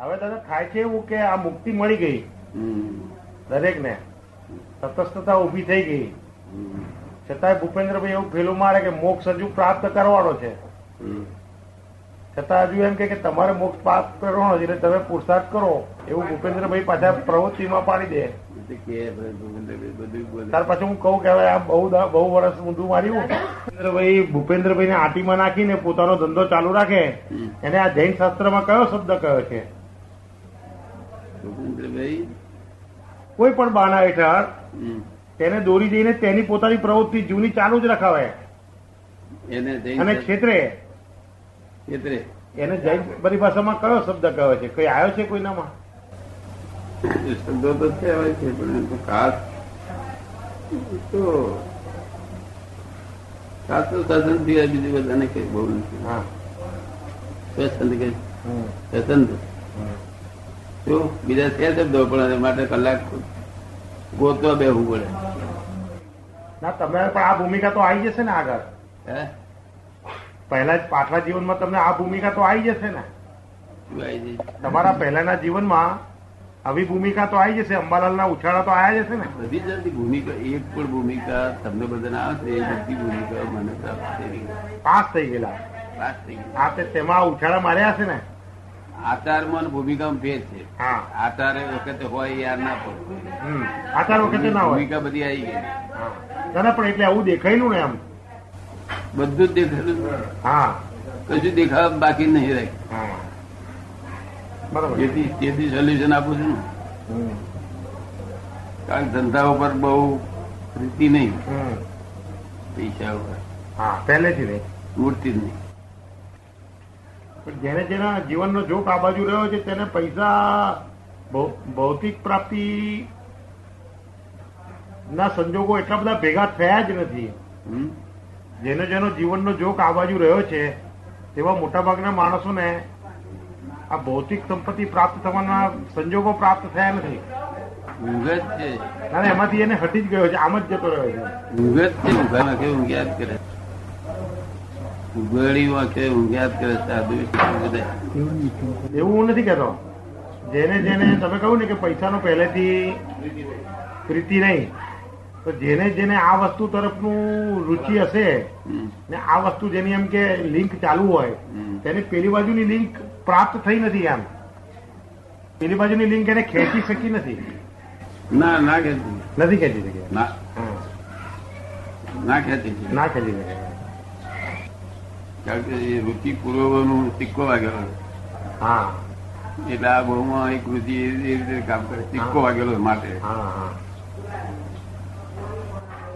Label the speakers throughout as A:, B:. A: હવે દાદા થાય છે એવું કે આ મુક્તિ મળી ગઈ
B: હમ.
A: દરેકને તટસ્થતા ઉભી થઈ ગઈ
B: હમ.
A: છતાંય ભૂપેન્દ્રભાઈ એવું ફેલું મારે કે મોક્ષ હજુ પ્રાપ્ત કરવાનો છે
B: હમ.
A: છતાં હજુ એમ કહે કે તમારે મોક્ષ પ્રાપ્ત કરવાનો છે એટલે તમે પુરુષાર્થ કરો એવું ભૂપેન્દ્રભાઈ પાછા પ્રવૃત્તિમાં પાડી દે
B: એટલે કે ભૂપેન્દ્રભાઈ બધું જ બોલે
A: ત્યાર પછી હું કહું કે હવે આ બહુ દા- બહુ વર્ષ ઊંધું માર્યું ભૂપેન્દ્રભાઈ ભૂપેન્દ્રભાઈને આટીમાં નાખીને પોતાનો ધંધો ચાલુ રાખે
B: હમ.
A: એને આ જૈન શાસ્ત્રમાં કયો શબ્દ કયો છે
B: ભૂપેન્દ્રભાઈ
A: કોઈ પણ બાના હેઠળ
B: હમ.
A: તેને દોરી જઈને તેની પોતાની પ્રવૃત્તિ જૂની ચાલુ જ રખાવે
B: એને
A: અને
B: જઈને
A: ક્ષેત્રે
B: ખેતરે
A: એને જૈન પરિભાષામાં કયો શબ્દ કયો છે કઈ આવ્યો છે કોઈનામાં
B: એ શબ્દો તો કહેવાય છે પણ એમ તો ખાસ તો ખાસ તો સત્સંગ સિવાય બીજું બધાને કઈ બહુ નથી
A: હા
B: સ્વચ્છંદ કે
A: હમ.
B: સ્વચ્છંદ
A: હમ.
B: શું બીજા છે શબ્દો પણ એ માટે કલાક ગોતવા બેહવું પડે
A: ના તમે પણ આ ભૂમિકા તો આવી જશે ને આગળ
B: હે
A: પહેલા જ પાછલા જીવનમાં તમને આ ભૂમિકા તો આવી જશે ને
B: શું આવી જઈ?
A: તમારા પહેલાના જીવનમાં આવી ભૂમિકા તો આવી જશે અંબાલાલના ઉછાળા તો આયા જશે ને
B: બધી જાતની ભૂમિકા એક પણ ભૂમિકા તમને બધાને આવશે એ બધી ભૂમિકા મને પ્રાપ્ત થઈ ગઈ.
A: પાસ થઈ ગયેલા
B: પ્રાપ્ત થઈ ગઈ.
A: આ તે તેમાં આ ઉછાળા માર્યા હશે ને
B: આચારમાં અને ભૂમિકામાં ભેદ છે
A: હા
B: આચાર એ વખતે હોય યાર ના પડે
A: હમ આચાર વખતે ના હોય
B: ભૂમિકા બધી આવી ગઈ
A: હા. ના ના, પણ એટલે આવું દેખાયેલું ને એમ
B: બધું જ દેખાયું
A: હા
B: કશું દેખાવા બાકી નહીં રહે
A: હા બરોબર
B: તેથી તેથી સોલ્યુશન આપું છું ને
A: હમ.
B: કારણ કે ધંધા ઉપર બહુ પ્રીતિ નહીં
A: હમ.
B: પૈસા ઉપર
A: હા પહેલેથી નહીં
B: મૂર્તિ જ નહીં
A: પણ જેને જેના જીવનનો જોક આ બાજુ રહ્યો છે તેને પૈસા ભૌ- ભૌતિક પ્રાપ્તિ ના સંજોગો એટલા બધા ભેગા થયા જ નથી
B: હમ?
A: જેનો જેનો જીવનનો જોક આ બાજુ રહ્યો છે તેવા મોટાભાગના માણસોને આ ભૌતિક સંપત્તિ પ્રાપ્ત થવાના સંજોગો પ્રાપ્ત થયા નથી
B: ઊંઘ જ છે
A: અને એમાંથી એને હટી જ ગયો છે આમ જ જતો રહ્યો છે
B: ઊંઘ જ છે ઊંઘામાં કે ઊંઘ્યા જ કરે ઉઘાડી વાંખે ઊંઘ્યા જ કરે સાધુ વિષ્ણુ બધા
A: એવું હું નથી કહેતો જેને જેને તમે કહ્યું ને કે પૈસાનો પહેલેથી પ્રીતિ નહીં તો જેને જેને આ વસ્તુ તરફનું રુચિ હશે
B: હમ,
A: ને આ વસ્તુ જેની એમ કે લિંક ચાલુ હોય
B: હમ.
A: તેને પેલી બાજુની લિંક પ્રાપ્ત થઈ નથી એમ પેલી બાજુની લિંક એને ખેંચી શકી નથી
B: ના ના ખેતી
A: નથી ખેંચી શકી
B: ના
A: હા,
B: ના ખેતી છે.
A: ના ખેંચી શકી
B: કારણ કે એ વૃત્તિ પૂર્વનું સિક્કો વાગેલો છે.
A: હા
B: એટલે આ બહુમાં એક વૃત્તિ એ એ રીતે કામ કરે સિક્કો વાગેલો છે માટે
A: હા હા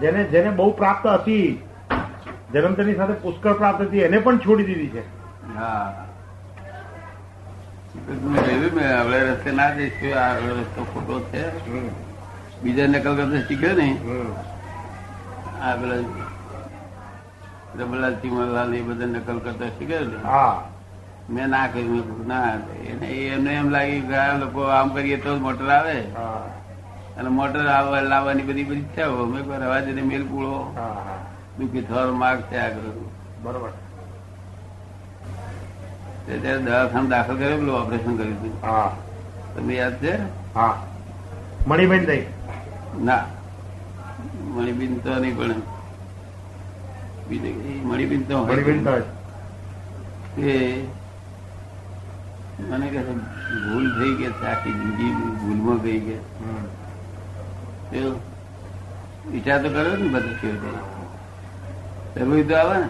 A: જેને જેને બહુ પ્રાપ્ત હતી જન્મતની સાથે પુષ્કળ પ્રાપ્ત હતી એને પણ છોડી દીધી છે
B: હા એટલે તમે કહેલું ને, હવે રસ્તે ના જઈશું આ રસ્તો ખોટો છે બીજા નકલ કરતા શીખ્યો ને આ પેલા રબલાલ ચીમલાલ એ બધા નકલ કરતા શીખ્યો ને
A: હા
B: મેં ના કર્યું મેં કીધું, ના એને એમને એમ લાગ્યું કે આ લોકો આમ કરીએ તો જ મોટર આવે
A: હા
B: અને મોટર આવવા લાવવાની બધી બધી ઈચ્છાઓ અમે કોઈ રવા જઈને મેલ પૂળો
A: હા હા.
B: દુઃખી થવાનો માર્ગ થયા કરો
A: બરોબર
B: તે ત્યારે દવાખાને દાખલ કર્યો પેલું ઓપરેશન કર્યું હતું
A: હા
B: તમને યાદ છે
A: હા મણિબેન દઈ
B: ના મણિબીન તો નહીં પણ બીજે કઈ મણિબીન તો હોય.
A: મણિબેન તો
B: એ મને કહે છે, ભૂલ થઈ ગઈ છે આખી જિંદગી ભૂલમાં ગઈ ગઈ
A: હમ.
B: એવું. વિચાર તો કર્યો ને બધું કેવું છે જરૂરી તો આવે ને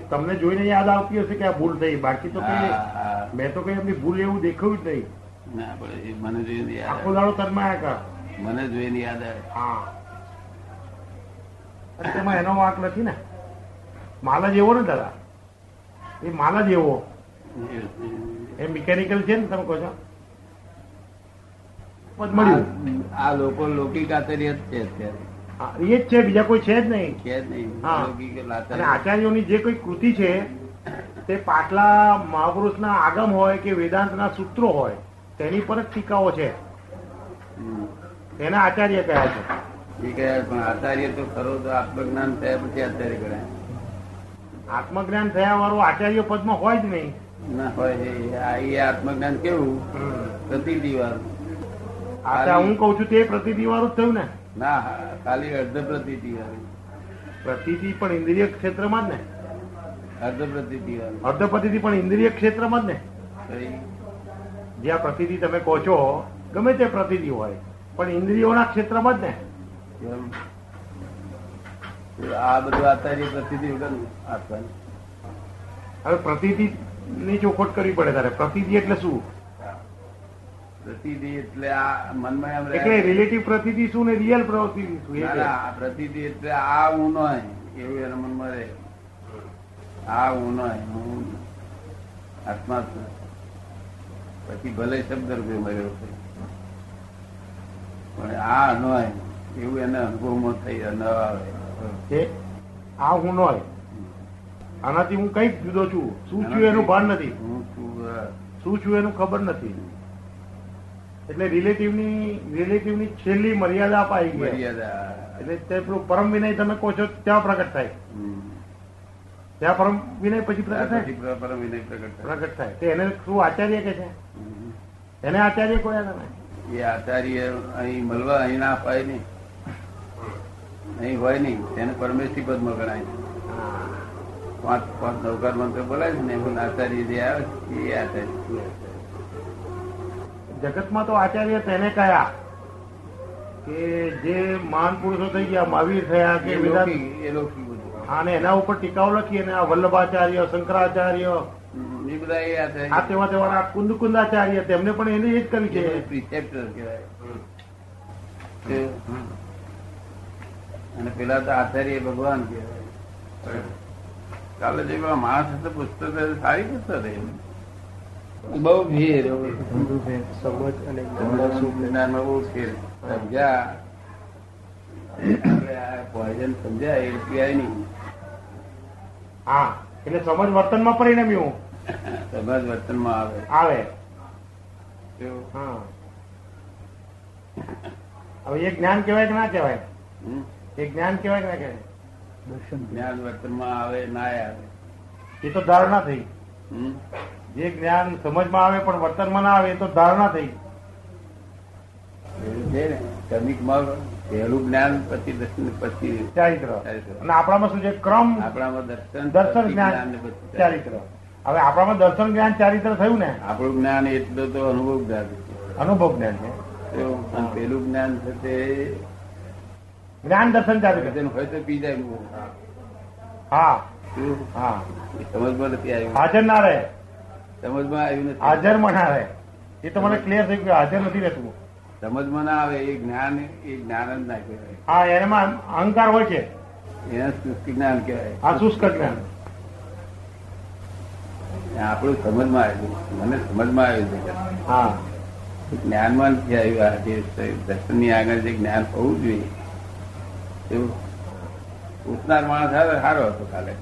A: એ તમને જોઈને યાદ આવતી હશે કે આ ભૂલ થઈ બાકી તો કઈ
B: હા, હા.
A: મેં તો કઈ એમની ભૂલ એવું દેખાયું જ નહીં
B: ના પણ એ મને જોઈને યાદ
A: આખો
B: આવે
A: દાડો તન્માયા કર
B: મને જોઈને યાદ આવે
A: હા અને તેમાં એનો વાંક નથી ને માલ જ એવો ને દાદા એ માલ જ એવો એ મિકેનિકલ છે ને તમે કહો છો પદ મળ્યું
B: આ- આ લોકો લૌકિક આચાર્ય જ છે અત્યારે
A: હા, એ જ છે બીજા કોઈ છે જ નહીં
B: કે જ નહીં
A: હા.
B: લૌકિક
A: અને
B: આચાર્ય
A: આચાર્યોની જે કોઈ કૃતિ છે તે પાટલા મહાપુરુષના આગમ હોય કે વેદાંતના સૂત્રો હોય તેની પર જ ટીકાઓ છે
B: હમ.
A: એને આચાર્ય કયા છે
B: એ કહે પણ આચાર્ય તો ખરો તો આત્મજ્ઞાન થયા પછી આચાર્ય ગણાય
A: આત્મજ્ઞાન થયા વાળો આચાર્ય પદમાં હોય જ નહીં
B: ના હોય એ આ- એ આત્મજ્ઞાન કેવું પ્રતિ વાળું
A: આ તો હું કઉ છું તે પ્રતિથી વાળું જ થયું ને
B: ના ખાલી અર્ધ પ્રતિ વાળું
A: પ્રતિથી પણ ઇન્દ્રિય ક્ષેત્રમાં જ ને
B: અર્ધ પ્રતિ વાળું
A: અર્ધપતિથી પણ ઇન્દ્રિય ક્ષેત્રમાં જ ને
B: પછી
A: જે આ પ્રતિથી તમે કહો છો ગમે તે પ્રતિથી હોય પણ ઇન્દ્રિયોના ક્ષેત્રમાં જ ને
B: એમ. આ બધું આચાર્ય પ્રતિ વગર આપવાનું
A: હવે પ્રતિથી ની ચોખવટ કરવી પડે તારે પ્રતિથી એટલે શું
B: પ્રતિધિ એટલે આ મનમાં એમ રહે
A: એટલે રિલેટિવ પ્રતિથી શું ને રિયલ પ્રતિથી શું એ
B: ના,
A: કહે.
B: ના, પ્રતિધિ એટલે આ હું નોય એવું એના મનમાં રહે આ હું નોય હું આત્મા છું પછી ભલે શબ્દ રૂપે મળ્યો છે પણ આ નોય એવું એના અનુભવમાં થઈ ન આવે
A: કે આ હું નોય આનાથી હું કઈક જુદો છું શું છું એનું ભાન નથી
B: હું છું અ,
A: શું છું એનું ખબર નથી એટલે રિલેટિવની રિલેટિવની છેલ્લી મર્યાદા અપાઈ ગઈ
B: મર્યાદા
A: એટલે તે પેલું પરમ વિનય તમે કહો છો ત્યાં પ્રગટ થાય
B: હમ.
A: ત્યાં પરમ વિનય પછી
B: આ
A: પ્રગટ
B: પછી
A: થાય
B: પરમ વિનય પ્રગટ થાય.
A: પ્રગટ થાય તે એને શું આચાર્ય કે છે
B: હમ.
A: એને આચાર્ય કહ્યા તમે
B: એ આચાર્ય અહીં મળવા અહીં ના અપાય નહીં અહીં હોય નહીં તેને પરમેશ્વરી પદમાં ગણાય પાંચ પાંચ નવકાર મંત્ર બોલાય છે ને એમાં આચાર્ય જે આવે છે એ આચાર્ય
A: જગતમાં તો આચાર્ય તેને કયા કે જે મહાન પુરુષો થઈ ગયા મહાવીર થયા કે
B: એ
A: વેદાંત
B: લૌકિક- એ લૌકિક બધું
A: અને એના ઉપર ટીકાઓ લખી અને આ વલ્લભાચાર્ય શંકરાચાર્ય
B: હમ, એ બધા એ
A: આ
B: આચાર્ય
A: તેવા તેવાના કુંદ કુંદાચાર્ય તેમને પણ એને એ જ કરી
B: એ
A: છે
B: preceptor કહેવાય તે- અને પેલા તો આચાર્ય ભગવાન કહેવાય કાલે જે પેલા માણસ હતો પુસ્તક સારી પુસ્તક હતી બહુ ભીડ એવું.
C: સમજ અને જ્ઞાનમાં શું ફેર?
B: વિજ્ઞાનમાં બહુ ફેર સમજ્યા આપણે આ poison સમજ્યા એ પીવાય નહીં.
A: હા એટલે સમજ વર્તનમાં પરિણમ્યું
B: સમાજ વર્તનમાં આવે
A: આવે
B: કેવું?
A: હા હવે એ જ્ઞાન કહેવાય કે ના કહેવાય
B: હમ?
A: એ જ્ઞાન કહેવાય કે ના કહેવાય
C: દર્શન
B: જ્ઞાન વર્તનમાં આવે ના આવે
A: એ તો ધારણા થઈ
B: હમ?
A: જે જ્ઞાન સમજમાં આવે પણ વર્તનમાં ના આવે એ તો ધારણા થઈ
B: એવું છે ને ક્રમિકમાં પહેલું જ્ઞાન પછી દર્શન પછી
A: ચારિત્ર
B: ચારિત્ર.
A: અને આપણામાં શું છે ક્રમ
B: આપણામાં દર્શન
A: દર્શન
B: પછી
A: જ્ઞાન
B: ને પછી ચારિત્ર.
A: ચારિત્ર હવે આપણામાં દર્શન જ્ઞાન ચારિત્ર થયું ને
B: આપણું જ્ઞાન એટલું તો અનુભવ જ્ઞાન છે
A: અનુભવ જ્ઞાન છે
B: કેવું? પણ પેલું જ્ઞાન છે તે
A: જ્ઞાન દર્શન ચારિત્ર
B: વચન હોય તો પી જાય એવું.
A: હા
B: શું?
A: હા
B: એ સમજમાં નથી આવ્યું
A: હાજર ના રહે
B: સમજમાં આવ્યું નથી
A: હાજરમાં ના રહે એ તો મને ક્લિયર થયું કે હાજર નથી રહેતું
B: સમજમાં ના આવે એ જ્ઞાન એ જ્ઞાન જ ના કહેવાય
A: હા એમાં અહંકાર હોય છે
B: એને શુષ્ક જ્ઞાન કહેવાય
A: આ શુષ્ક જ્ઞાન
B: આપણું સમજમાં આવ્યું મને સમજમાં આવ્યું છે
A: હા
B: જ્ઞાનમાં નથી આવ્યું આ જે દર્શનની આગળ જે જ્ઞાન હોવું જોઈએ એવું પૂછનાર માણસ સારો સારો હતો કાલે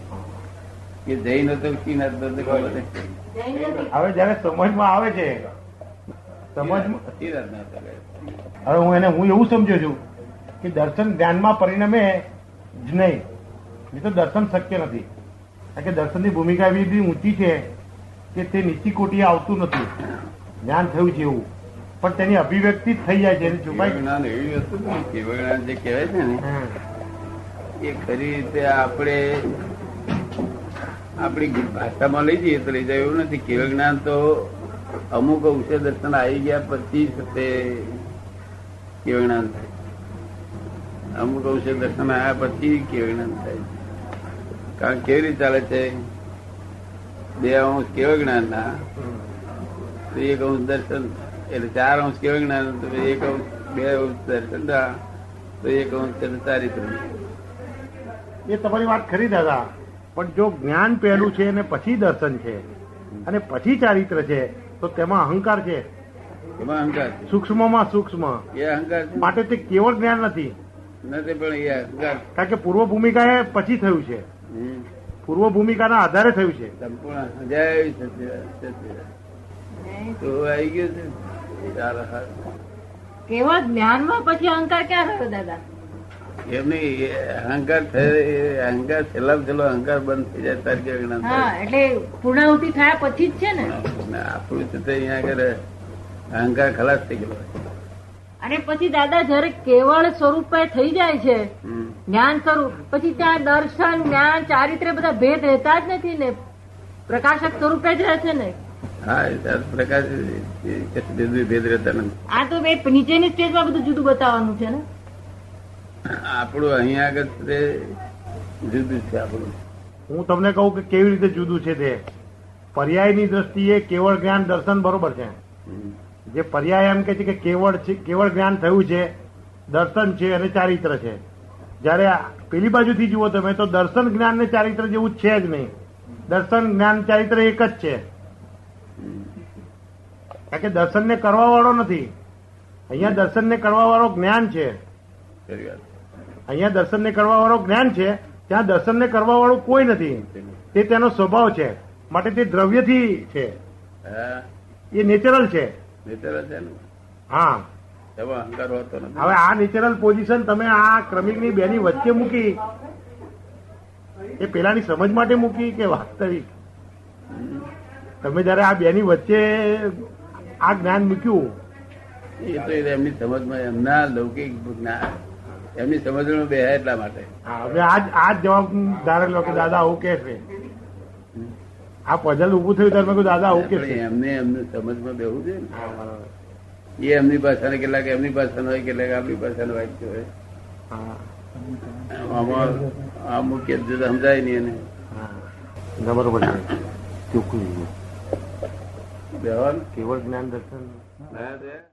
B: કે જૈન હતો કે ચીન હતો તે ખબર નહીં.
A: હવે જયારે સમજમાં આવે છે સમજ
B: ચીન જ નહોતો કાલે.
A: હવે હું એને હું એવું સમજુ છું કે દર્શન જ્ઞાનમાં પરિણમે જ નહીં નહીં તો દર્શન શક્ય નથી કારણ કે દર્શનની ભૂમિકા એવી બધી ઊંચી છે કે તે નીચી કોટીએ આવતું નથી જ્ઞાન થયું છે એવું પણ તેની અભિવ્યક્તિ જ થઈ જાય છે એની
B: કેવળ
A: છુપાઈ
B: જ્ઞાન એવી વસ્તુ નહીં. કેવળ જ્ઞાન જે કહેવાય છે ને એ ખરી રીતે આપણે આપણી ભાષામાં લઈ જઈએ તો લઈ જાય એવું નથી કેવળ જ્ઞાન તો અમુક અંશે દર્શન આવી ગયા પછી જ તે કેવળ જ્ઞાન થાય અમુક અંશે દર્શન આવ્યા પછી કેવળ જ્ઞાન થાય કારણ કેવી રીતે ચાલે છે બે અંશ કેવળ જ્ઞાનના તો એક અંશ દર્શન એટલે ચાર અંશ કેવા જ્ઞાન તો પછી એક અંશ બે અંશ દર્શન ના, તો એક અંશ એટલે ચારિત્ર
A: એ તમારી વાત ખરી દાદા પણ જો જ્ઞાન પહેલું છે અને પછી દર્શન છે અને પછી ચારિત્ર છે તો તેમાં અહંકાર છે
B: એમાં અહંકાર છે
A: સૂક્ષ્મમાં સૂક્ષ્મ
B: એ અહંકાર છે
A: માટે તે કેવળ જ્ઞાન નથી
B: નથી પણ એ અહંકાર
A: કારણ કે પૂર્વ ભૂમિકા એ પછી થયું છે
B: હમ.
A: પૂર્વ ભૂમિકાના આધારે થયું છે
B: સંપૂર્ણ સમજાય સત્ય તો આવી ગયું છે ચાર હાર.
D: કેવળ જ્ઞાનમાં પછી અહંકાર ક્યાં રહ્યો દાદા
B: એમ નહીં એ અહંકાર થયો એ અહંકાર છેલ્લા છેલ્લો અહંકાર બંધ થઈ જાય તાર કેવું જ્ઞાન
D: હા
B: થાય?
D: એટલે પૂર્ણાહુતિ થયા પછી જ છે ને
B: ને આપણું છે તે અહીંયા આગળ અહંકાર ખલાસ થઈ ગયો હોય.
D: અને પછી દાદા જયારે કેવળ સ્વરૂપે થઈ જાય છે
B: હમ.
D: જ્ઞાન સ્વરૂપ પછી ત્યાં દર્શન જ્ઞાન ચારિત્ર્ય બધા ભેદ રહેતા જ નથી ને પ્રકાશક સ્વરૂપે જ રહે છે ને
B: હા એ તાર પ્રકાશ એ કશું ભેદ ભેદ રહેતા નથી
D: આ તો બે નીચેની સ્ટેજમાં બધું જુદું બતાવવાનું છે ને
B: આપણું અહીંયા આગળ છે તે જુદું છે આપણું
A: હું તમને કહું કે કેવી રીતે જુદું છે તે પર્યાયની દ્રષ્ટિએ કેવળ જ્ઞાન દર્શન બરોબર છે
B: હમ.
A: જે પર્યાય એમ કે છે કે કેવળ છે કેવળ જ્ઞાન થયું છે દર્શન છે અને ચારિત્ર છે જ્યારે આ પેલી બાજુથી જુઓ તમે તો દર્શન જ્ઞાન ને ચારિત્ર જેવું છે જ નહીં દર્શન જ્ઞાન ચારિત્ર એક જ છે કારણ કે દર્શનને કરવા વાળો નથી અહીંયા દર્શનને કરવા વાળો જ્ઞાન છે
B: ખરી વાત
A: અહીંયા દર્શનને કરવા વાળો જ્ઞાન છે ત્યાં દર્શનને કરવા વાળું કોઈ નથી તે તેનો સ્વભાવ છે માટે તે દ્રવ્યથી છે
B: હા
A: એ નેચરલ છે
B: નેતર છે ને
A: હા
B: એમાં અહંકાર હોતો નથી
A: હવે આ નેચરલ પોઝિશન તમે આ ક્રમિકની બેની વચ્ચે મૂકી એ પેલાની સમજ માટે મૂકી કે વાસ્તવિક તમે જયારે આ બેની વચ્ચે આ જ્ઞાન મૂક્યું
B: એ તો એમની સમજમાં એમના લૌકિક જ્ઞાન એમની સમજમાં બે એટલા માટે
A: હા, હવે આજ આ જ જવાબ ધારેલો કે દાદા આવું કે છે આ પઝલ ઉભું થયું ત્યારે મેં કહ્યું દાદા આવું કે
B: આપણે
A: છે
B: એમને એમની સમજમાં બેહવું છે
A: હા, બરાબર.
B: ને એ એમની ભાષાને કેટલાક એમની ભાષાનો હોય કેટલાક આપણી ભાષાનો વાક્ય હોય
A: હા,
B: આમાં આ મુખ્ય જ સમજાય નહીં એને
A: હા. ના, બરોબર છે ચોખ્ખું
B: બેહવાનું
A: કેવળ જ્ઞાન દર્શન
B: ના, તે-